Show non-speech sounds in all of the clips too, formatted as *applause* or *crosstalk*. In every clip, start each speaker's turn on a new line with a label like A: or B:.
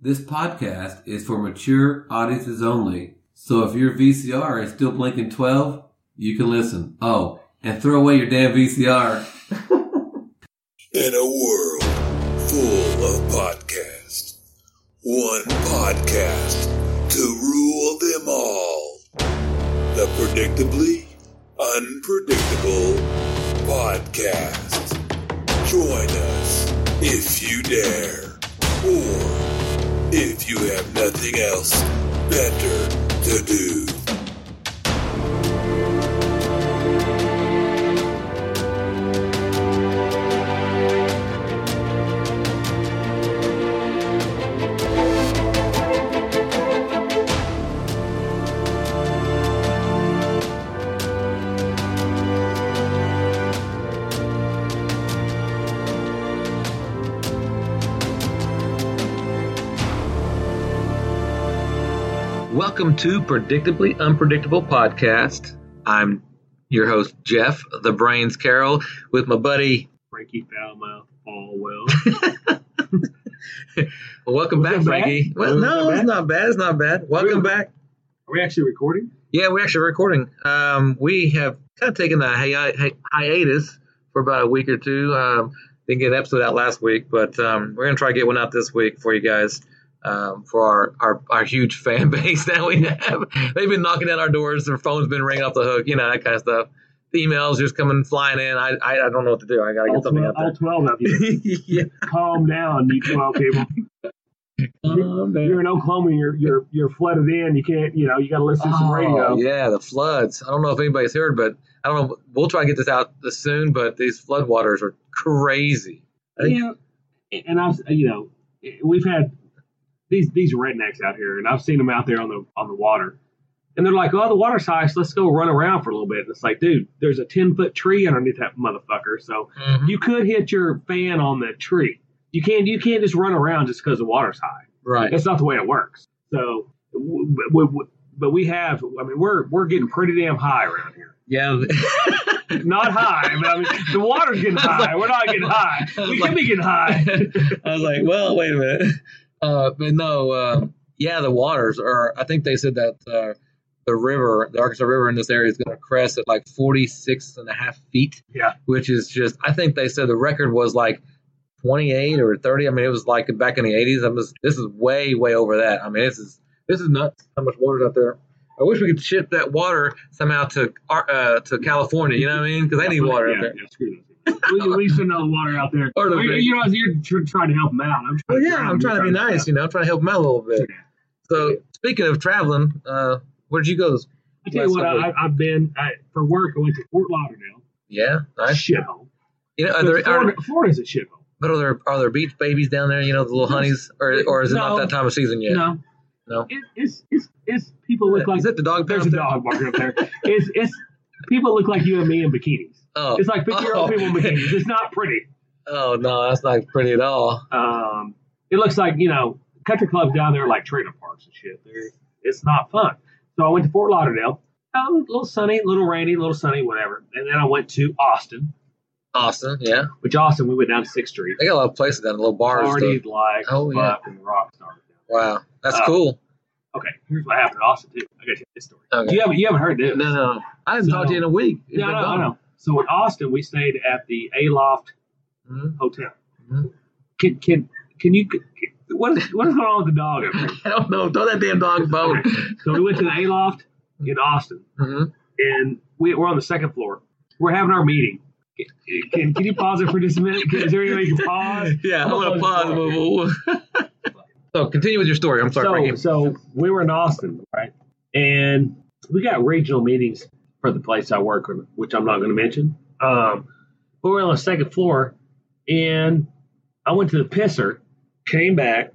A: This podcast is for mature audiences only, so if your VCR is still blinking 12, you can listen. Oh, and throw away your damn VCR.
B: In a world full of podcasts, one podcast to rule them all. The predictably unpredictable podcast. Join us if you dare, or if you have nothing else better to do.
C: Welcome to Predictably Unpredictable Podcast. I'm your host, Jeff, the Brains Carol, with my buddy.
D: Frankie Foulmouth Ballwell.
C: Well, welcome
D: Was
C: back,
D: that bad?
C: Frankie. Well,
D: Was
C: no,
D: that
C: it's
D: bad?
C: not bad. It's not bad. Welcome
D: Really?
C: back.
D: *laughs* Are we actually recording?
C: Yeah, we're actually recording. Um, we have kind of taken a hi- hi- hiatus for about a week or two. Um, didn't get an episode out last week, but um, we're going to try to get one out this week for you guys. Um, for our, our, our huge fan *laughs* base that we have, they've been knocking down our doors. Their phone's been ringing off the hook, you know that kind of stuff. The emails just coming flying in. I I, I don't know what to do. I gotta
D: All
C: get something
D: 12,
C: out
D: all 12 of you.
C: there. yeah,
D: Calm down, you 12 people.
C: *laughs* calm down.
D: You're in Oklahoma, you're, you're, you're flooded in. You can't, you know, you got to listen to some
C: Oh,
D: radio.
C: Yeah, the floods. I don't know if anybody's heard, but I don't know. We'll try to get this out this soon, but these floodwaters are crazy. I think-
D: You know, and I've, you know, we've had these, these rednecks out here, and I've seen them out there on the, on the water. And they're like, oh, the water's high, so let's go run around for a little bit. And it's like, dude, there's a 10 foot tree underneath that motherfucker. So you could hit your fan on the tree. You can't, you can't just run around just because the water's high.
C: Right.
D: That's not the way it works. So, w- w- w- but we have. I mean, we're we're getting pretty damn high around here.
C: Yeah.
D: Not high, but I mean, the
C: *laughs*
D: water's getting high. We're not getting high. We can be getting high.
C: I was like, well, wait a minute. Uh, but no, um, yeah, the waters are. I think they said that uh, the river, the Arkansas River in this area, is going to crest at like 46 and a half feet.
D: Yeah.
C: Which is just, I think they said the record was like 28 or 30. I mean, it was like back in the 80s. I'm just, this is way, way over that. I mean, this is this is nuts. How much water's out there? I wish we could ship that water somehow to Ar- uh, to California. You know what I mean? Because they need water
D: yeah,
C: out there.
D: Yeah, screw those. We, we should know the water out there.
C: Or the
D: Well, you,
C: big-
D: you know, you're tr- trying to help them out. I'm
C: Well,
D: trying
C: Oh, yeah, I'm trying to be nice. You know, I'm trying to help them out a little bit. So speaking of traveling, uh, where'd you go? this-
D: I tell you what, I, I- I've been I, for work. I went to Fort Lauderdale.
C: Yeah, nice.
D: Shithole.
C: You know, are
D: Florida,
C: there, are,
D: Florida's a shithole.
C: but are there are there beach babies down there? You know, the little honeys, or or is it not
D: No.
C: that time of season yet?
D: No,
C: No?
D: It, it's it's it's people look like
C: is it the dog
D: There's a
C: pound thing?
D: dog barking up there. *laughs* It's it's people look like you and me in bikinis.
C: Oh,
D: It's like fifty year
C: Oh.
D: old people in bikinis. It's not pretty.
C: oh no, that's not pretty at all.
D: Um, it looks like you know country clubs down there are like trailer parks and shit. They're, it's not fun. So I went to Fort Lauderdale. Oh, a little sunny, a little rainy, a little sunny, whatever. And then I went to Austin,
C: Austin, yeah,
D: which Austin we went down to Sixth Street.
C: they got a lot of places down, there, little bars. and
D: Party
C: stuff.
D: like
C: Oh, yeah.
D: fucking rock stars.
C: Wow, that's
D: Uh,
C: cool.
D: Okay, here's what happened in Austin too. I got to tell you this story.
C: Okay.
D: You haven't you haven't heard this?
C: No, no, I haven't
D: So-
C: talked to you in a week. You've
D: no,
C: been
D: no, no,
C: gone.
D: no. So in Austin we stayed at the Aloft
C: Mhm.
D: hotel.
C: Mhm.
D: Can can can you? Can, what is what is going on with the dog? up there?
C: *laughs* I don't know. Throw that damn dog bone.
D: So we went to the Aloft in Austin,
C: hmm
D: and we, we're on the second floor. We're having our meeting. Can, can you pause it for just a minute? Is there any way you can pause?
C: *laughs* Yeah, I'm gonna
D: I'm gonna
C: pause.
D: *laughs*
C: but we'll- so continue with your story. I'm sorry, Frankie.
D: so, so we were in Austin, right? And we got regional meetings for the place I work, in, which I'm not going to mention. Um, we were on the second floor, and I went to the pisser, came back.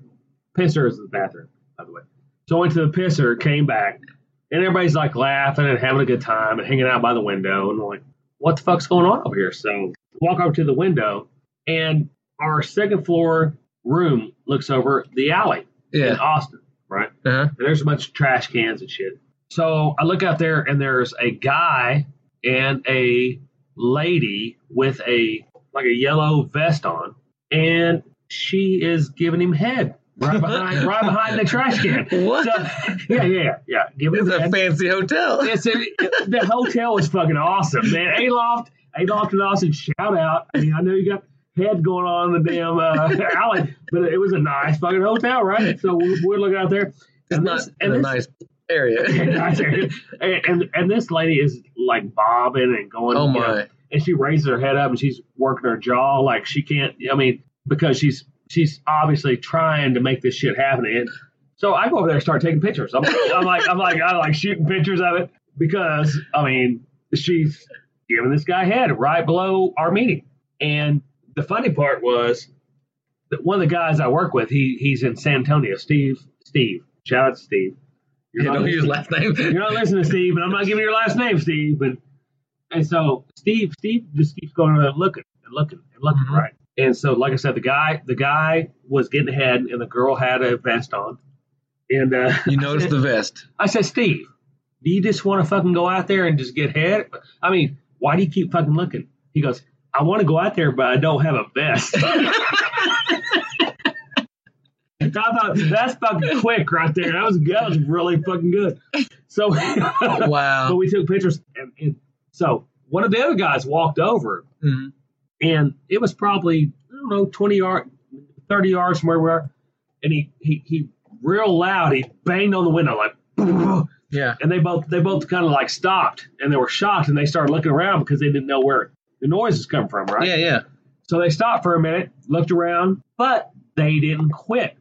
D: Pisser is the bathroom, by the way. So I went to the pisser, came back, and everybody's like laughing and having a good time and hanging out by the window. And I'm like, what the fuck's going on over here? So walk over to the window, and our second floor room looks over the alley in
C: Yeah.
D: Austin, right?
C: Uh-huh.
D: And there's a bunch of trash cans and shit. So I look out there and there's a guy and a lady with a like a yellow vest on, and she is giving him head. right behind, right behind the
C: *laughs*
D: trash can.
C: What?
D: So- yeah, yeah, yeah. Give it
C: It's
D: that.
C: a fancy hotel.
D: It's a, the hotel was fucking awesome, man. Aloft, Aloft and Austin, shout out. I mean, I know you got head going on in the damn uh, *laughs* alley, but it was a nice fucking hotel, right? So we're, we're looking out there.
C: It's
D: And
C: not
D: this-
C: in
D: and
C: a
D: this-
C: nice
D: *laughs*
C: area.
D: Nice area. and, and and this lady is like bobbing and
C: *laughs*
D: going.
C: oh
D: you know,
C: my!
D: and she raises her head up and she's working her jaw like she can't i mean because she's she's obviously trying to make this shit happen and so i go over there and start taking pictures i'm, I'm like i'm like i like shooting pictures of it because i mean she's giving this guy head right below our meeting and the funny part was that one of the guys i work with he he's in san antonio steve steve shout out to steve You're
C: You
D: not
C: know
D: listening.
C: his last name.
D: You're not listening, Steve, and I'm not giving your last name, Steve. But and so Steve, Steve just keeps going and looking and looking and looking
C: Mhm.
D: right. And so, like I said, the guy, the guy was getting ahead, and the girl had a vest on. And uh,
C: You notice the vest.
D: I said, Steve, do you just want to fucking go out there and just get head? I mean, why do you keep fucking looking? He goes, I want to go out there, but I don't have a vest. *laughs* I thought that's fucking quick right there. That was that was really fucking good. So *laughs* but
C: Wow.
D: *laughs* we took pictures, and, and so one of the other guys walked over,
C: Mhm.
D: and it was probably I don't know twenty yard, thirty yards from where we are, and he he he real loud he banged on the window like, *laughs* and
C: Yeah.
D: they both they both kind of like stopped and they were shocked and they started looking around because they didn't know where the noise was coming from, right?
C: Yeah. Yeah.
D: So they stopped for a minute, looked around, but they didn't quit.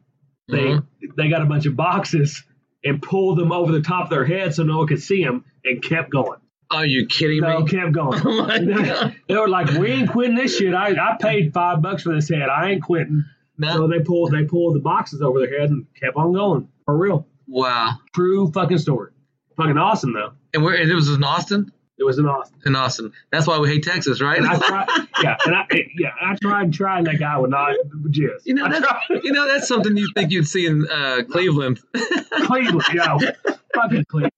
D: They
C: Mhm.
D: they got a bunch of boxes and pulled them over the top of their head so no one could see them and kept going.
C: Mm-hmm. Are you kidding
D: No,
C: me?
D: kept going.
C: *laughs* Oh my God.
D: *laughs* they were like, "We ain't quitting this shit. I, I paid five bucks for this head. I ain't quitting."
C: No.
D: So they pulled they pulled the boxes over their head and kept on going for real.
C: Wow.
D: True fucking story. Fucking awesome though.
C: And where? And it was in Austin.
D: It was an awesome.
C: In Austin. That's why we hate Texas, right?
D: And I tried, yeah, and I yeah, I tried and tried, and that guy would not jizz.
C: *laughs* You know,
D: I
C: that's,
D: tried.
C: you know that's something you think you'd see in uh, Cleveland. *laughs*
D: Cleveland, yo, fucking Cleveland,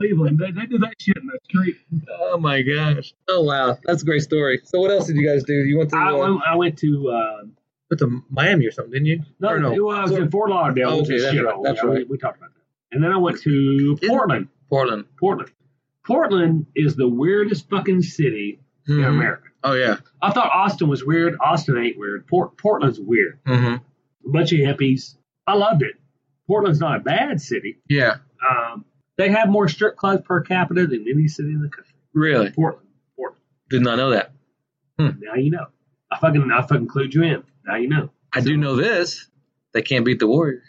D: Cleveland. They, they do that shit in the street.
C: oh my gosh! Oh wow, that's a great story. So what else did you guys do? You went to
D: I,
C: uh,
D: went- I went to uh,
C: went to Miami or something, didn't you?
D: no,
C: Or
D: it was uh, in Fort Lauderdale.
C: Oh,
D: which
C: okay,
D: is
C: that's
D: shit.
C: right, that's
D: Yeah, we-
C: right.
D: we talked about that. And then I went to Portland.
C: Portland.
D: Portland. Portland is the weirdest fucking city in
C: Mhm.
D: America.
C: Oh yeah.
D: I thought Austin was weird. Austin ain't weird. Port- Portland's weird.
C: hmm
D: A bunch of hippies. I loved it. Portland's not a bad city.
C: Yeah.
D: Um, they have more strip clubs per capita than any city in the country.
C: Really?
D: Portland. Portland.
C: Did not know that.
D: Now you know. I fucking I fucking clued you in. Now you know. *laughs*
C: I do know this. They can't beat the Warriors.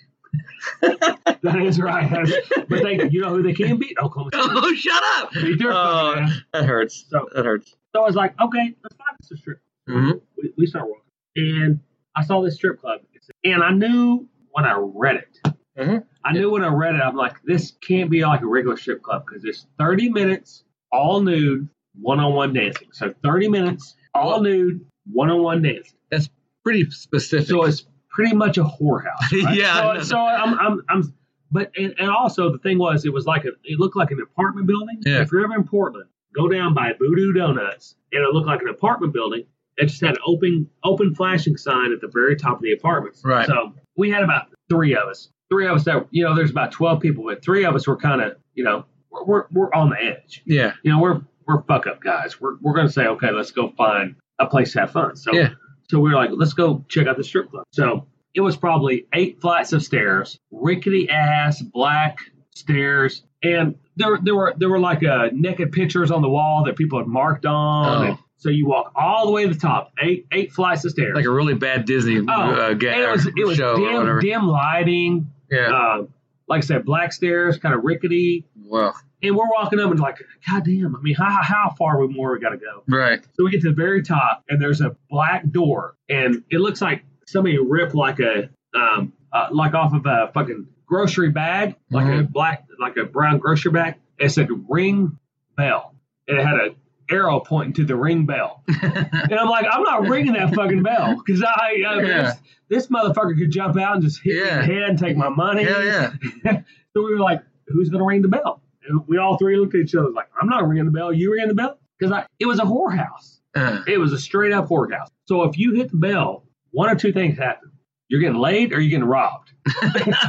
D: That is right. That's- but they, you know who they can beat? Oklahoma
C: *laughs* *laughs*
D: City.
C: Oh, shut up!
D: Beat their fucking
C: Oh,
D: ass.
C: that hurts.
D: So-
C: That hurts.
D: So I was like, okay, let's find us a strip.
C: hmm
D: we, we started walking, and I saw this strip club, and I knew when I read it.
C: Mhm.
D: I knew when I read it, I'm like, this can't be like a regular strip club because it's 30 minutes, all nude, one-on-one dancing. So 30 minutes, all nude, one-on-one dancing.
C: That's pretty specific.
D: So it's pretty much a whorehouse.
C: *laughs*
D: right?
C: Yeah, I
D: So,
C: know.
D: so I'm, I'm, I'm, but and, and also the thing was, it was like a, it looked like an apartment building.
C: Yeah.
D: If you're ever in Portland, go down by Voodoo Donuts, and it looked like an apartment building. It just had an open, open flashing sign at the very top of the apartments.
C: Right.
D: So we had about three of us. Three of us that you know, there's about twelve people, but three of us were kind of you know, we're, we're we're on the edge
C: yeah.
D: you know, we're we're fuck up guys. We're we're gonna say, okay, let's go find a place to have fun. So
C: Yeah.
D: so we were like, let's go check out the strip club. So it was probably eight flights of stairs, rickety ass black stairs, and there there were there were like uh, naked pictures on the wall that people had marked on.
C: Oh.
D: And so you walk all the way to the top, eight eight flights of stairs.
C: Like a really bad Disney
D: oh,
C: uh,
D: and
C: ga-
D: it was it was
C: show or
D: dim,
C: whatever.
D: dim lighting.
C: Yeah.
D: Uh, like I said, black stairs, kind of rickety
C: wow.
D: and we're walking up and like, God damn, I mean, how, how far we more we got to go?
C: *laughs* Right.
D: So we get to the very top, and there's a black door, and it looks like somebody ripped like a um uh, like off of a fucking grocery bag, like
C: Mm-hmm.
D: a black like a brown grocery bag. It said ring bell, and it had a arrow pointing to the ring bell, and I'm like,
C: *laughs*
D: I'm not ringing that fucking bell because I,
C: Yeah.
D: I this, this motherfucker could jump out and just hit
C: Yeah.
D: me in the head and take my money.
C: Hell yeah.
D: So we were like, who's going to ring the bell? And we all three looked at each other like, I'm not ringing the bell. You ringing the bell? Because it was a whorehouse.
C: Uh, *laughs*
D: It was a straight up whorehouse. So if you hit the bell, one of two things happen. You're getting laid or you're getting robbed.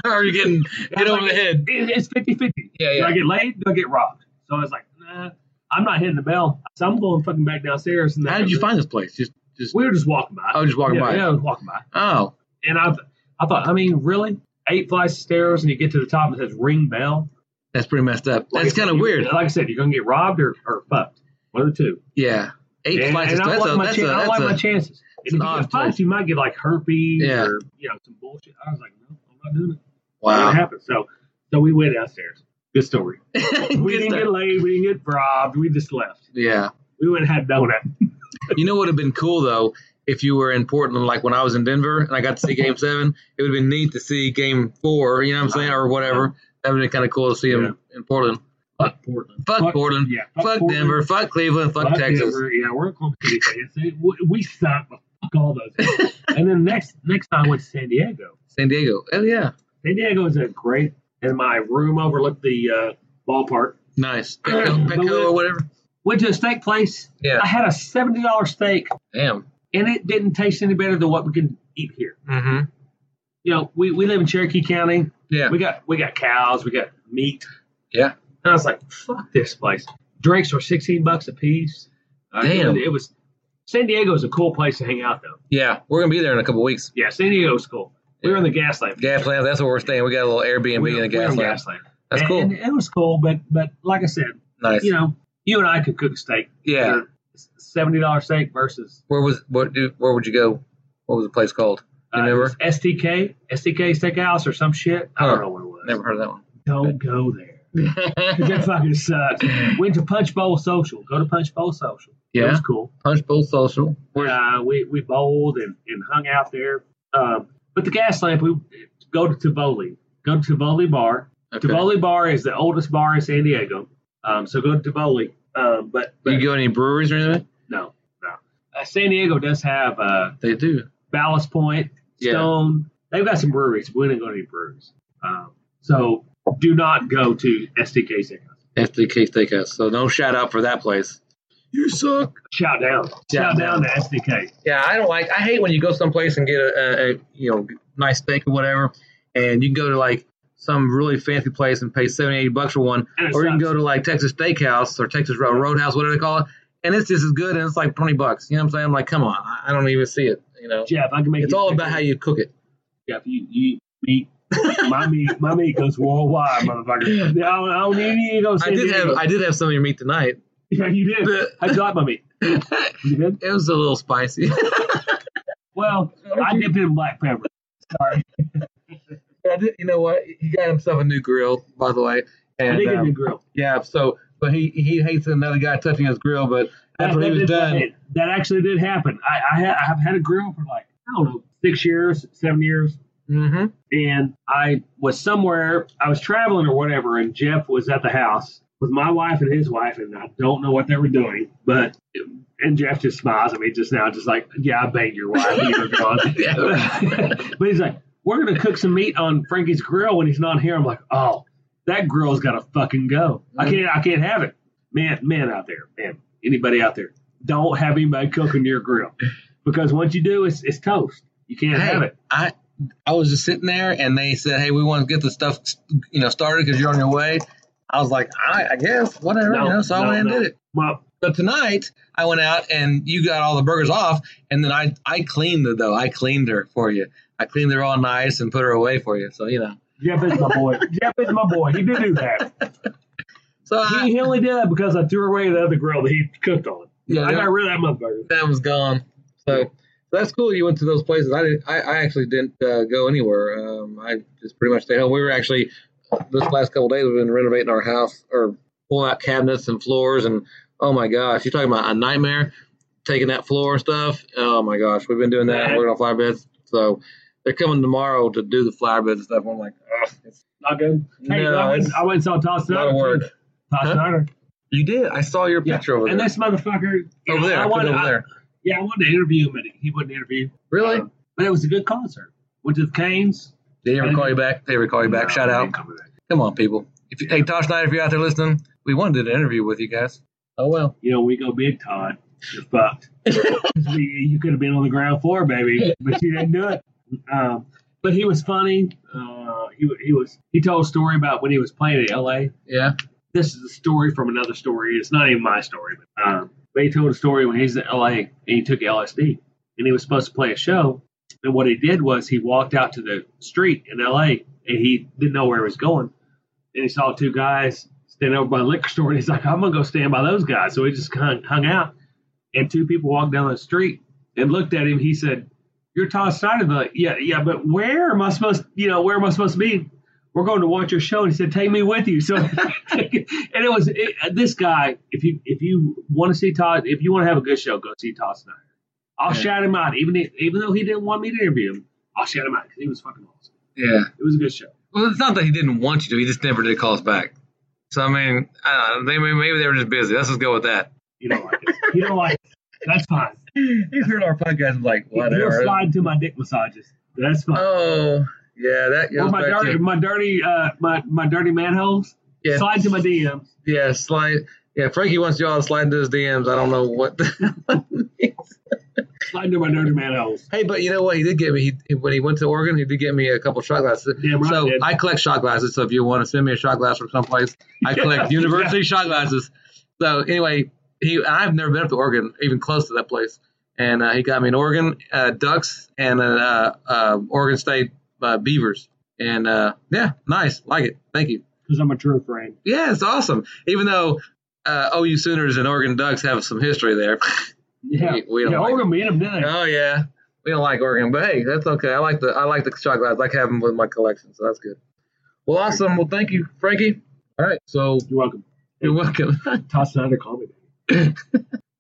C: Are you getting hit over the head?
D: It- it's 50 50.
C: Yeah,
D: Do I
C: yeah.
D: get laid? Do I get robbed? So I was like, nah, I'm not hitting the bell. So I'm going fucking back downstairs. And
C: How did you find this place? Just, just
D: We were just walking by.
C: I was just walking
D: yeah,
C: by.
D: Yeah, I was walking by.
C: Oh,
D: And I, I thought, I mean, really? Eight flights of stairs and you get to the top and it says ring bell.
C: that's pretty messed up.
D: Like
C: That's
D: I
C: kind
D: said,
C: of
D: you-
C: weird.
D: Like I said, you're going to get robbed or, or fucked. One of the two.
C: Yeah, eight
D: and,
C: flights.
D: and I
C: that's
D: like
C: a,
D: my,
C: that's
D: chan-
C: a,
D: I
C: that's
D: like
C: a,
D: my chances.
C: it's an
D: And if you
C: odd
D: get fucked,
C: place.
D: you might get like herpes
C: Yeah.
D: or, you know, some bullshit. I was like, no, I'm not doing it. It
C: wow.
D: happened. So, so we went downstairs. Good story.
C: *laughs*
D: We
C: Good
D: didn't
C: stuff.
D: get laid. We didn't get robbed. We just left.
C: yeah.
D: We went and had donut.
C: You know what would have been cool though if you were in Portland, like when I was in Denver and I got to see *laughs* Game Seven. It would have been neat to see Game Four. You know what I'm saying, or whatever. That would have been kind of cool to see them in Portland.
D: Fuck Portland.
C: Fuck Portland.
D: Yeah.
C: Fuck
D: Portland.
C: Denver. Fuck Cleveland. Fuck Texas.
D: Denver. Yeah, we're Oklahoma City fans. They- we- We suck. but Fuck all
C: *laughs*
D: those. and then next next time I went to San Diego.
C: San Diego. Oh yeah,
D: San Diego is a great. And my room overlooked the uh, ballpark.
C: *clears throat* nice. Petco,
D: But
C: Petco
D: we-
C: or whatever.
D: Went to a steak place.
C: Yeah.
D: I had a seventy dollar steak,
C: Damn.
D: and it didn't taste any better than what we could eat here.
C: Mm-hmm.
D: You know, we, we live in Cherokee County.
C: Yeah.
D: We got we got cows. We got meat.
C: Yeah.
D: And I was like, fuck this place. Drinks were 16 bucks a piece. Uh,
C: Damn.
D: It was, it was- San Diego is a cool place to hang out, though.
C: Yeah, we're gonna be there in a couple weeks.
D: Yeah, San Diego is cool. We were in the Gaslamp.
C: Gaslamp. That's where we're staying. We got a little Airbnb
D: we,
C: in the
D: were- we were in
C: Gaslamp.
D: Gaslamp.
C: That's
D: And-
C: cool.
D: and it was cool, but but like I said,
C: nice.
D: you know, you and I could cook a steak.
C: yeah.
D: You're- $70 steak versus
C: Where was what? do- Where would you go? What was the place called?
D: uh,
C: Remember?
D: it was STK, STK Steakhouse or some shit. I
C: Huh.
D: don't know what it was.
C: Never heard of that one.
D: Don't go there. *laughs*
C: *laughs*
D: that fucking sucks. Went to Punch Bowl Social. Go to Punch Bowl Social. That
C: yeah.
D: was cool.
C: Punch Bowl Social.
D: Uh, we we bowled and, and hung out there. Um, but the gas lamp, we go to Tivoli. Go to Tivoli Bar.
C: Okay.
D: Tivoli Bar is the oldest bar in San Diego. Um, so go to Tivoli. Um, but but
C: you go to any breweries or anything?
D: no, no. Uh, San Diego does have uh,
C: They do.
D: Ballast Point,
C: Yeah.
D: Stone. They've got some breweries. We didn't go to any breweries. Um, so do not go to SDK Steakhouse.
C: SDK Steakhouse. So no shout out for that place. You suck.
D: Shout down.
C: Shout
D: Shout down to SDK.
C: Yeah, I don't like. I hate when you go someplace and get a, a, a you know nice steak or whatever, and you can go to like some really fancy place and pay 70, 80 bucks for one,
D: And it
C: or you can
D: sucks.
C: go to like Texas Steakhouse or Texas Ro- Roadhouse, whatever they call it, and it's just as good, and it's like twenty bucks. You know what I'm saying? I'm like, come on, I- I don't even see it. You know,
D: Jeff, I can make
C: it's
D: you
C: all
D: a
C: about how you cook it.
D: Jeff, you, you eat meat. my meat, my meat goes
C: *laughs*
D: worldwide, motherfucker. I don't, I don't need any of those.
C: I did have I did have some of your meat tonight.
D: *laughs* yeah, you did.
C: The-
D: I got my meat.
C: it
D: You did?
C: was a little spicy. *laughs*
D: Well, I dipped it in black pepper. Sorry,
C: But I did, you know what? He got himself a new grill, by the way.
D: I did
C: And
D: get the
C: um,
D: grill.
C: yeah, so but he he hates another guy touching his grill, but after he was
D: did-
C: done,
D: that- that actually did happen. I, I, ha- I have had a grill for like I don't know six years, seven years,
C: mm-hmm.
D: and I was somewhere. I was traveling or whatever, and Jeff was at the house with my wife and his wife, and I don't know what they were doing, but and Jeff just smiles at me just now, just like, yeah, I banged your wife. when You were gone. *laughs* but he's like, we're gonna cook some meat on Frankie's grill when he's not here. I'm like, oh, that grill's gotta fucking go. I can't, I can't have it, man. Man out there, man. Anybody out there, don't have anybody cooking your grill because once you do, it's it's toast. You can't have
C: hey,
D: it.
C: I I was just sitting there, and they said, "Hey, we want to get the stuff you know started because you're on your way." I was like, "I, I guess whatever,"
D: No,
C: you know. So I
D: no,
C: went in
D: no.
C: and did it.
D: Well,
C: But tonight I went out and you got all the burgers off, and then I I cleaned the though. I cleaned her for you. I cleaned her all nice and put her away for you. So you know.
D: Jeff is my
C: *laughs*
D: boy. Jeff is my boy. He did do that.
C: So I,
D: He, he only did that because I threw away the other grill that he cooked on.
C: Yeah,
D: I
C: no.
D: got rid of that motherfucker.
C: that was gone. So that's cool. You went to those places. I didn't. I, I actually didn't uh, go anywhere. Um, I just pretty much stayed home. We were actually this last couple days we've been renovating our house or pulling out cabinets and floors and oh my gosh, you're talking about a nightmare taking that floor and stuff. Oh my gosh, we've been doing that. We're on flower beds. So they're coming tomorrow to do the flower beds and stuff. I'm like, ugh, it's
D: Not good. Hey,
C: No,
D: I,
C: it's
D: went, I went and saw Todd
C: a lot
D: Snyder.
C: of work.
D: too. Todd
C: Huh?
D: Snyder.
C: You did. I saw your
D: Yeah.
C: picture over
D: And
C: there.
D: this motherfucker. you
C: Over
D: know,
C: there.
D: I
C: I put it
D: wanted,
C: over
D: I-
C: there.
D: yeah, I wanted to interview him, but he wouldn't interview.
C: Really?
D: Um, but it was a good concert. Went to the Canes.
C: Did they ever
D: and-
C: call you back? Did they ever call you back?
D: No,
C: Shout
D: they
C: out.
D: didn't come back.
C: Come on, people. If you, hey, Tosh Knight, if you're out there listening, we wanted to do an interview with you guys. Oh well.
D: You know, we go big, Todd. You're fucked. you could have been on the ground floor, baby, but you didn't do it. Um, but he was funny. Uh, he wa- he was he told a story about when he was playing in L.A.
C: Yeah.
D: This is a story from another story. It's not even my story, but um, but he told a story when he was in L.A. and he took LSD and he was supposed to play a show. And what he did was he walked out to the street in L.A. and he didn't know where he was going, and he saw two guys standing over by a liquor store, and he's like, "I'm gonna go stand by those guys." So he just hung, hung out, and two people walked down the street and looked at him. He said, "You're Todd Steinenberg." Yeah, yeah, but where am I supposed? You know, where am I supposed to be? We're going to watch your show. And he said, "Take me with
C: *laughs*
D: you." So, and it was it, this guy. If you if you want to see Todd, if you want to have a good show, go see Todd Snyder. I'll
C: Yeah.
D: shout him out, even if, even though he didn't want me to interview him. I'll shout him out because he was fucking awesome.
C: Yeah.
D: It was a good show.
C: Well, it's not that he didn't want you to. He just never did call us back. So I mean, I don't know, maybe maybe they were just busy. Let's just go with that.
D: You don't like it. You don't like it. That's fine.
C: *laughs* He's heard our podcast and like
D: You'll slide to my dick massages. That's fine.
C: Oh yeah, that
D: or
C: goes
D: Oh my
C: back
D: dirty,
C: to
D: my dirty, uh, my my dirty manholes.
C: yeah,
D: Slide to my DMs.
C: yeah, slide. Yeah, Frankie wants y'all to slide into his DMs. I don't know what.
D: Slide to my dirty manholes.
C: hey, but you know what? He did get me. He, when he went to Oregon, he did get me a couple shot glasses.
D: Damn right,
C: so
D: he did.
C: I collect shot glasses. So if you want to send me a shot glass from someplace, I collect
D: *laughs* Yeah.
C: university shot glasses. So anyway, he and I've never been up to Oregon, even close to that place. And uh, he got me an Oregon uh, Ducks and an uh, uh, Oregon State uh, Beavers. And uh, yeah, nice, like it. Thank you.
D: Because I'm a true friend.
C: Yeah, it's awesome. Even though uh, OU Sooners and Oregon Ducks have some history there.
D: Yeah,
C: We- we don't
D: yeah.
C: like
D: Oregon beat them, didn't they?
C: *laughs* oh yeah, we don't like Oregon, but hey, that's okay. I like the I like the shot glass. I like having them with my collection, so that's good. Well, awesome. Well, thank you, Frankie. All right, so
D: You're welcome.
C: you're welcome. *laughs*
D: Todd Snyder called me.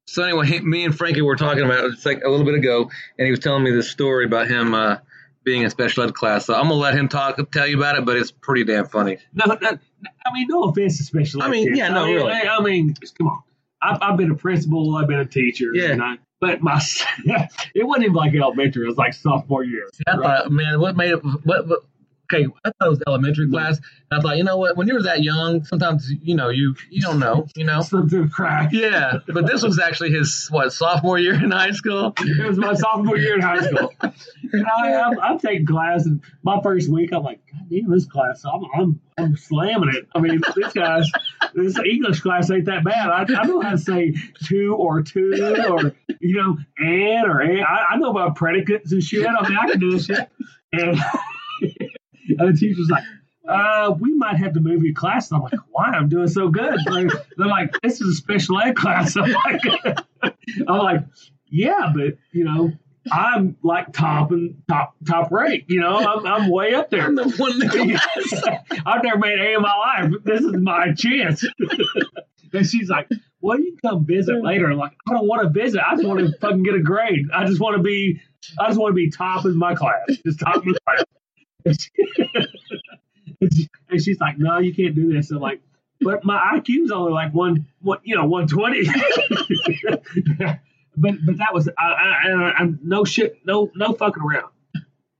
C: so anyway, me and Frankie were talking about it just like a little bit ago, and he was telling me this story about him uh, being in special ed class. So I'm gonna let him talk, tell you about it, but it's pretty damn funny.
D: No, no, I mean, no offense to special.
C: I
D: ed
C: mean,
D: kids.
C: yeah, no,
D: I mean,
C: really.
D: I, I mean, come on. I've, I've been a principal. I've been a teacher.
C: Yeah.
D: and I- but my *laughs* it wasn't even like elementary. It was like sophomore year.
C: I thought, man, what made it? What, what, okay, I thought it was elementary class. And I thought, you know what? When you were that young, sometimes you know you you don't know, you know.
D: Slipped through the crack.
C: Yeah, but this was actually his what sophomore year in high school.
D: *laughs* It was my sophomore year in high school. And I, I'm, I'm taking class, and my first week, I'm like, God damn, this class, I'm, I'm, I'm slamming it. I mean, these guys, this English class ain't that bad. I, I know how to say two or two or, you know, and or and. I, I know about predicates and shit. I mean, I can do this shit. And, *laughs* and the teacher's like, uh, we might have to move your class. And I'm like, why? I'm doing so good. They're, they're like, this is a special ed class. *laughs* I'm like, I'm like, yeah, but you know, I'm like top and top top rate. You know, I'm I'm way up there.
C: I'm the one that
D: *laughs* I've never made A in my life. This is my chance. *laughs* and she's like, "Well, you come visit later." I'm like, "I don't want to visit. I just want to fucking get a grade. I just want to be, I just want to be top in my class, just top in the class." *laughs* And, she- and she's like, "No, you can't do this." I'm like, "But my IQ's only like one, one you know, one twenty. *laughs* but but that was I, I, I, I'm no shit, no no fucking around.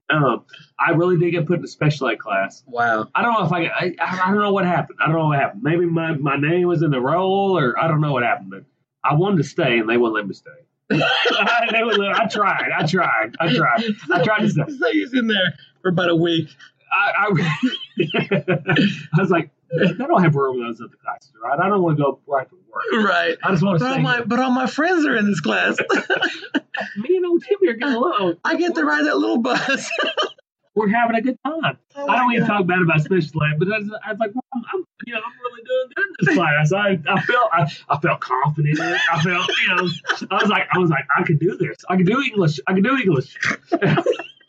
D: Um, I really did get put in a special ed class.
C: Wow.
D: I don't know if I, I I don't know what happened. I don't know what happened. Maybe my, my name was in the roll, or I don't know what happened. But I wanted to stay, and they wouldn't let me stay. *laughs* They wouldn't let- I tried. I tried. I tried. I tried to stay.
C: *laughs* So he's in there for about a week.
D: I, *laughs* I, I was like, they don't have room in those other classes, right? I don't want to go right to work.
C: Right.
D: I just want
C: But
D: to stay.
C: all my
D: here.
C: but all my friends are in this class. *laughs*
D: Me and old Timmy are getting along.
C: I get to ride that little bus.
D: We're having a good time. *laughs* I don't even talk bad about special ed, but I was, I was like, well, I'm, I'm, you know, I'm really doing good in this class. I, I felt, I, I felt confident. in it. I felt, you know, I was like, I was like, I could do this. I could do English. I could do English. *laughs*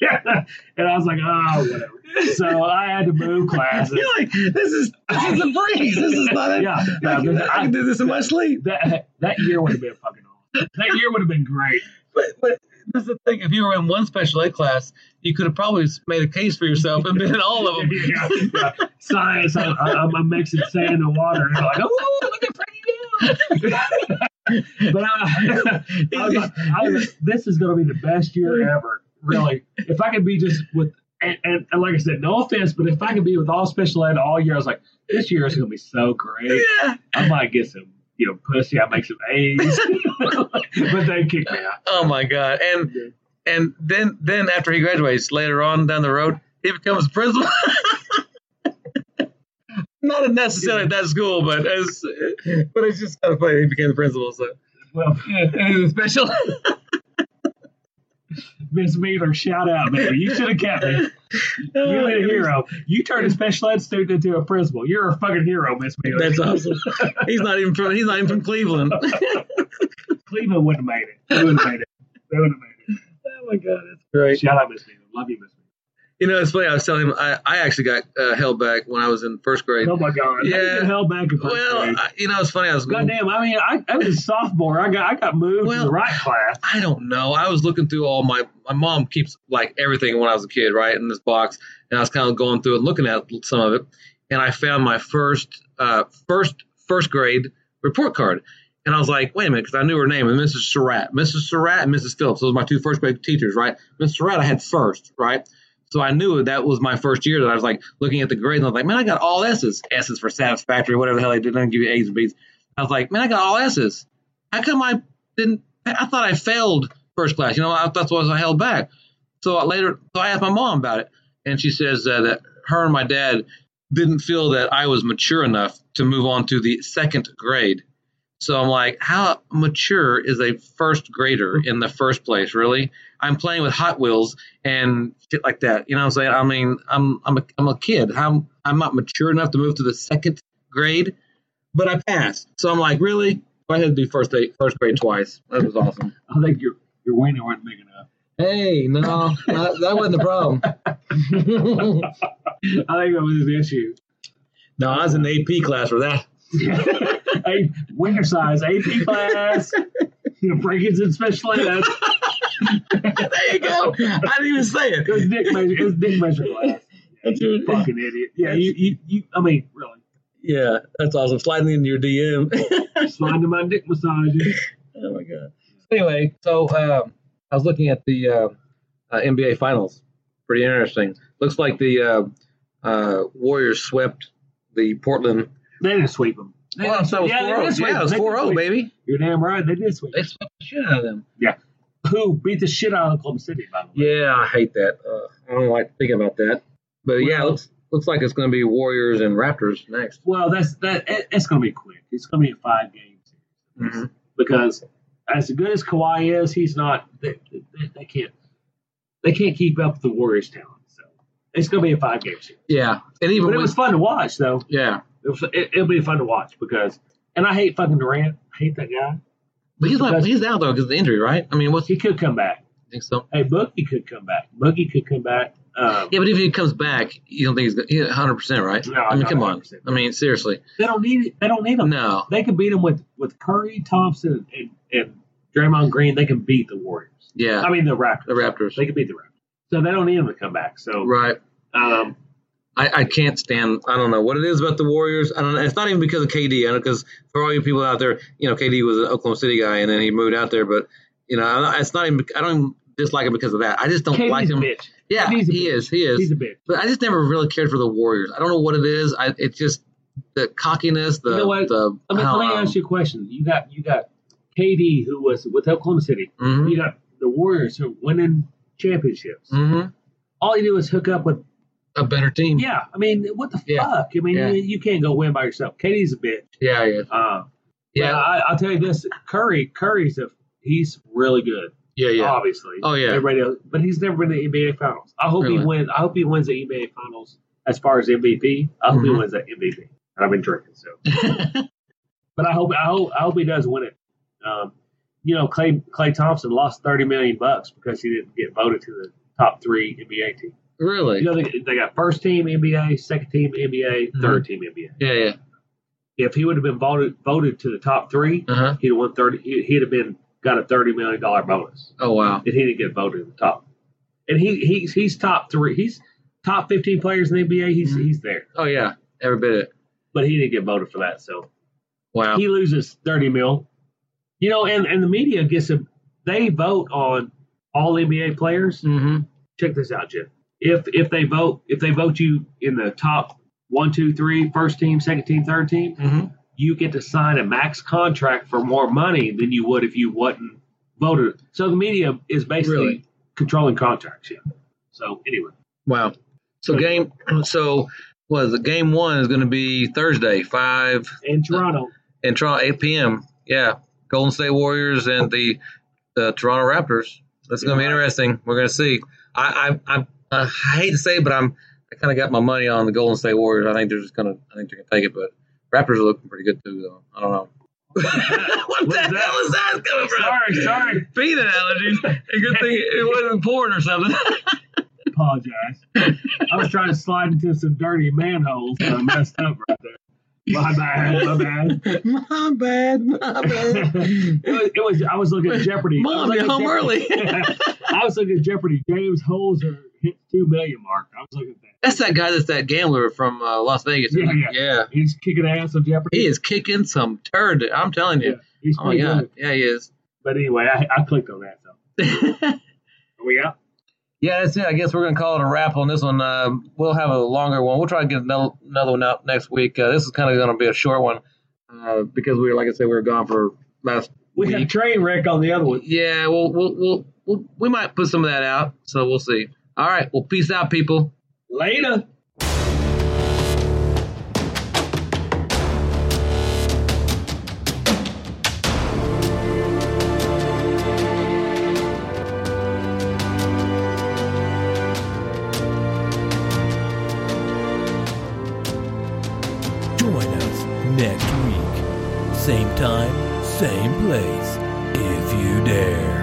D: yeah. And I was like, oh, whatever. So I had to move classes.
C: *laughs* You're like, this is this is a breeze. This is not. A,
D: Yeah,
C: I,
D: yeah,
C: can,
D: but
C: I can do this in my sleep.
D: that that year would have been fucking awesome. That year would have been great.
C: But but that's the thing. If you were in one special ed class, you could have probably made a case for yourself and been in all of *laughs* them.
D: *laughs* yeah, yeah. Science, I, I, I'm mixing sand and water, and they're like, oh, look at
C: *laughs*
D: Freddie Gill." But I, I was like, I was, this is going to be the best year ever, really. If I could be just with, and, and, and like I said, no offense, but if I could be with all special ed all year, I was like, this year is going to be so great.
C: Yeah.
D: I might get some,
C: *laughs*
D: you *laughs* know, pussy. I make some A's, but they kicked me out.
C: Oh my god. And And then then after he graduates later on down the road, he becomes principal. *laughs* Not necessarily at that school, but as but it's just kind of funny. He became the principal, so *laughs*
D: Well,
C: anything special.
D: *laughs* Miss Wheeler, shout out, baby. You should have kept me.
C: *laughs*
D: You're a hero. You turned a special ed student into a principal. You're a fucking hero, Miss Wheeler.
C: That's awesome. He's not even from. He's not even from Cleveland. oh
D: *laughs* Cleveland would have made it. They would have made it. They would have made
C: *laughs* Oh my god, that's great.
D: it. Shout out, Miss Wheeler. Love you, Miss Wheeler.
C: You know, it's funny. I was telling him I, I actually got uh, held back when I was in first grade.
D: Oh my God. Yeah.
C: Yeah.
D: I get held back in first
C: Well,
D: grade.
C: I, you know, it's funny. I was
D: Goddamn. I mean, I, I was a sophomore. I got I got moved to
C: Well-
D: the right class.
C: I don't know. I was looking through all my my mom keeps like everything when I was a kid, right, in this box, and I was kind of going through it, looking at some of it, and I found my first uh, first first grade report card, and I was like, wait a minute, because I knew her name, and Mrs. Surratt, Mrs. Surratt, and Mrs. Phillips. Those were my two first grade teachers, right? Mrs. Surratt, I had first, right. So I knew that was my first year that I was like looking at the grades, and I was like, man, I got all S's, S's for satisfactory, whatever the hell they did, they didn't give you A's and B's. I was like, man, I got all S's. How come I didn't? I thought I failed first class. You know, I, that's what I was held back. So I later, so I asked my mom about it, and she says uh, that her and my dad didn't feel that I was mature enough to move on to the second grade. So I'm like, how mature is a first grader in the first place? Really, I'm playing with Hot Wheels and shit like that. You know what I'm saying? I mean, I'm I'm a, I'm a kid. How I'm not mature enough to move to the second grade, but I passed. So I'm like, really? I had to do first grade, first grade twice. That was awesome.
D: I think your your wiener wasn't big enough.
C: Hey, no, not- that wasn't the problem.
D: I think that was his issue.
C: *laughs*
D: *laughs*
C: no, I was in the AP class for that.
D: hey, winter size AP class. You know, break-ins in special ed.
C: *laughs* There you go. I didn't even say
D: It was
C: it.
D: dick measure. It was dick measure class.
C: That's your-
D: Fucking idiot. Yeah, you, you, you. I mean, really.
C: yeah, that's awesome. Sliding into your DM.
D: Slide to my dick massages.
C: *laughs* oh my god. Anyway, so um, I was looking at the uh, uh, NBA Finals. Pretty interesting. Looks like the uh, uh, Warriors swept the Portland.
D: They didn't sweep them. They
C: Well,
D: didn't-
C: so it was
D: yeah, they did
C: 4-0.
D: sweep
C: Yeah, it was
D: them. They did
C: 4-0,
D: sweep them.
C: baby.
D: You're damn right. They did sweep
C: They
D: them.
C: swept the shit out of them.
D: Who beat the shit out of Oklahoma City, by the way.
C: Yeah, I hate that. Uh, I don't like thinking about that. But yeah, it
D: Well-
C: looks looks like it's going to be Warriors and Raptors next.
D: Well, that's that. It, it's going to be quick. It's going to be a five game series
C: Mhm.
D: because as good as Kawhi is, he's not. They, they, they can't. They can't keep up with the Warriors' talent. So it's going to be a five game series.
C: Yeah, and even
D: But it
C: with,
D: was fun to watch, though.
C: yeah,
D: It was, it, it'll be fun to watch because. And I hate fucking Durant. I hate that guy.
C: but he's not
D: Because-
C: he's out though because of the injury, right? I mean, what's
D: He could come back.
C: I think so?
D: Hey, Boogie could come back. Boogie could come back. Um,
C: Yeah, but if he comes back, you don't think he's gonna- he's hundred percent, right?
D: No,
C: I mean,
D: not
C: come on.
D: 100%.
C: I mean, seriously,
D: They don't need. They don't need him.
C: no.
D: They can beat him with with Curry, Thompson, and, and Draymond Green. They can beat the Warriors.
C: Yeah,
D: I mean the Raptors.
C: the Raptors,
D: They could beat the Raptors. So they don't need him to come back. So
C: right?
D: um,
C: I, I can't stand. I don't know what it is about the Warriors. I don't. know. It's not even because of KD. I know because for all you people out there, you know KD was an Oklahoma City guy, and then he moved out there. But you know, I don't- it's not even. I don't even dislike him because of that. I just don't
D: KD's
C: like
D: a
C: him.
D: bitch.
C: Yeah,
D: KD's a
C: he
D: bitch.
C: is. He is.
D: He's a bitch.
C: but I just never really cared for the Warriors. I don't know what it is. I it's just the cockiness, the
D: You know what?
C: the.
D: Let me, let
C: Um,
D: me ask you a question. You got you got KD who was with Oklahoma City.
C: hmm
D: You got the Warriors who are winning championships.
C: Mm-hmm.
D: All you do is hook up with.
C: A better team.
D: Yeah, I mean, what the
C: Yeah.
D: fuck? I mean,
C: Yeah.
D: you, you can't go win by yourself. KD's a bitch.
C: yeah, yeah,
D: Uh, yeah,
C: yeah,
D: I, I'll tell you this: Curry, Curry's a he's really good.
C: yeah. yeah.
D: obviously.
C: Oh, yeah.
D: Everybody else, but he's never been in the NBA Finals. I hope
C: Really?
D: he wins. I hope he wins the NBA Finals as far as MVP. I hope he
C: Mhm.
D: wins that MVP. And I've been
C: *laughs*
D: drinking, so. but I hope I hope I hope he does win it. Um, you know, Clay Clay Thompson lost thirty million bucks because he didn't get voted to the top three NBA team.
C: really.
D: You know, they, they got first team NBA, second team NBA,
C: Mhm.
D: third team NBA.
C: Yeah, yeah.
D: If he would have been voted voted to the top three,
C: Uh huh.
D: he'd have won thirty. He, he'd have been got a thirty million dollar bonus
C: Oh wow.
D: and he didn't get voted at the top. And he, he he's top three. He's top fifteen players in the NBA. He's
C: Mhm.
D: he's there,
C: Oh yeah. Every bit of it.
D: but he didn't get voted for that. So
C: Wow.
D: he loses thirty mil. You know, and and the media gets a they vote on all NBA players.
C: mm-hmm.
D: Check this out, Jeff. If if they vote if they vote you in the top one, two, three, first team, second team, third team,
C: Mm-hmm.
D: you get to sign a max contract for more money than you would if you wasn't voted. So the media is basically
C: Really?
D: controlling contracts. Yeah. So anyway,
C: Wow. So game. So was it game one is going to be Thursday, five *laughs*
D: and Toronto,
C: in Toronto, eight p.m. Yeah, Golden State Warriors and the the Toronto Raptors. That's going to be interesting. We're going to see. I I, I I hate to say, it, but I'm I kind of got my money on the Golden State Warriors. I think they're just going to I think they're going to take it, but Raptors are looking pretty good too, though. I don't know. *laughs* what
D: What
C: the
D: was that?
C: hell is that coming from?
D: Sorry, sorry.
C: Feed allergies. A good thing it wasn't porn or something. *laughs*
D: apologize. I was trying to slide into some dirty manholes, and I messed up right there. My bad, my
E: *laughs*
D: bad.
E: my bad,
C: *laughs*
E: my bad.
D: it, was, it was. I was looking at Jeopardy. I was
E: Mom,
D: looking
E: you're
D: at
E: home
D: Jeopardy.
E: early.
C: *laughs*
D: I was looking at Jeopardy. James Holzer hit two million mark. I was looking at that.
C: That's that guy that's that gambler from uh, Las Vegas.
D: Yeah, yeah.
C: yeah.
D: He's kicking ass on Jeopardy.
C: He is kicking some turd. I'm telling you.
D: He's
C: Oh my
D: pretty
C: god.
D: good.
C: Yeah, he is.
D: But anyway, I, I clicked on that though. Are we out?
C: *laughs* yeah, that's it. I guess we're gonna call it a wrap on this one. Um, we'll have a longer one. We'll try to get another, another one out next week. Uh, this is kind of gonna be a short one uh, because we were, like I said, we were gone for last
D: We had a
C: week.
D: train wreck on the other one.
C: Yeah, we'll, we'll we'll we'll we might put some of that out. So we'll see. All right. Well, peace out, people.
D: Later.
F: Join us next week. Same time, same place, if you dare.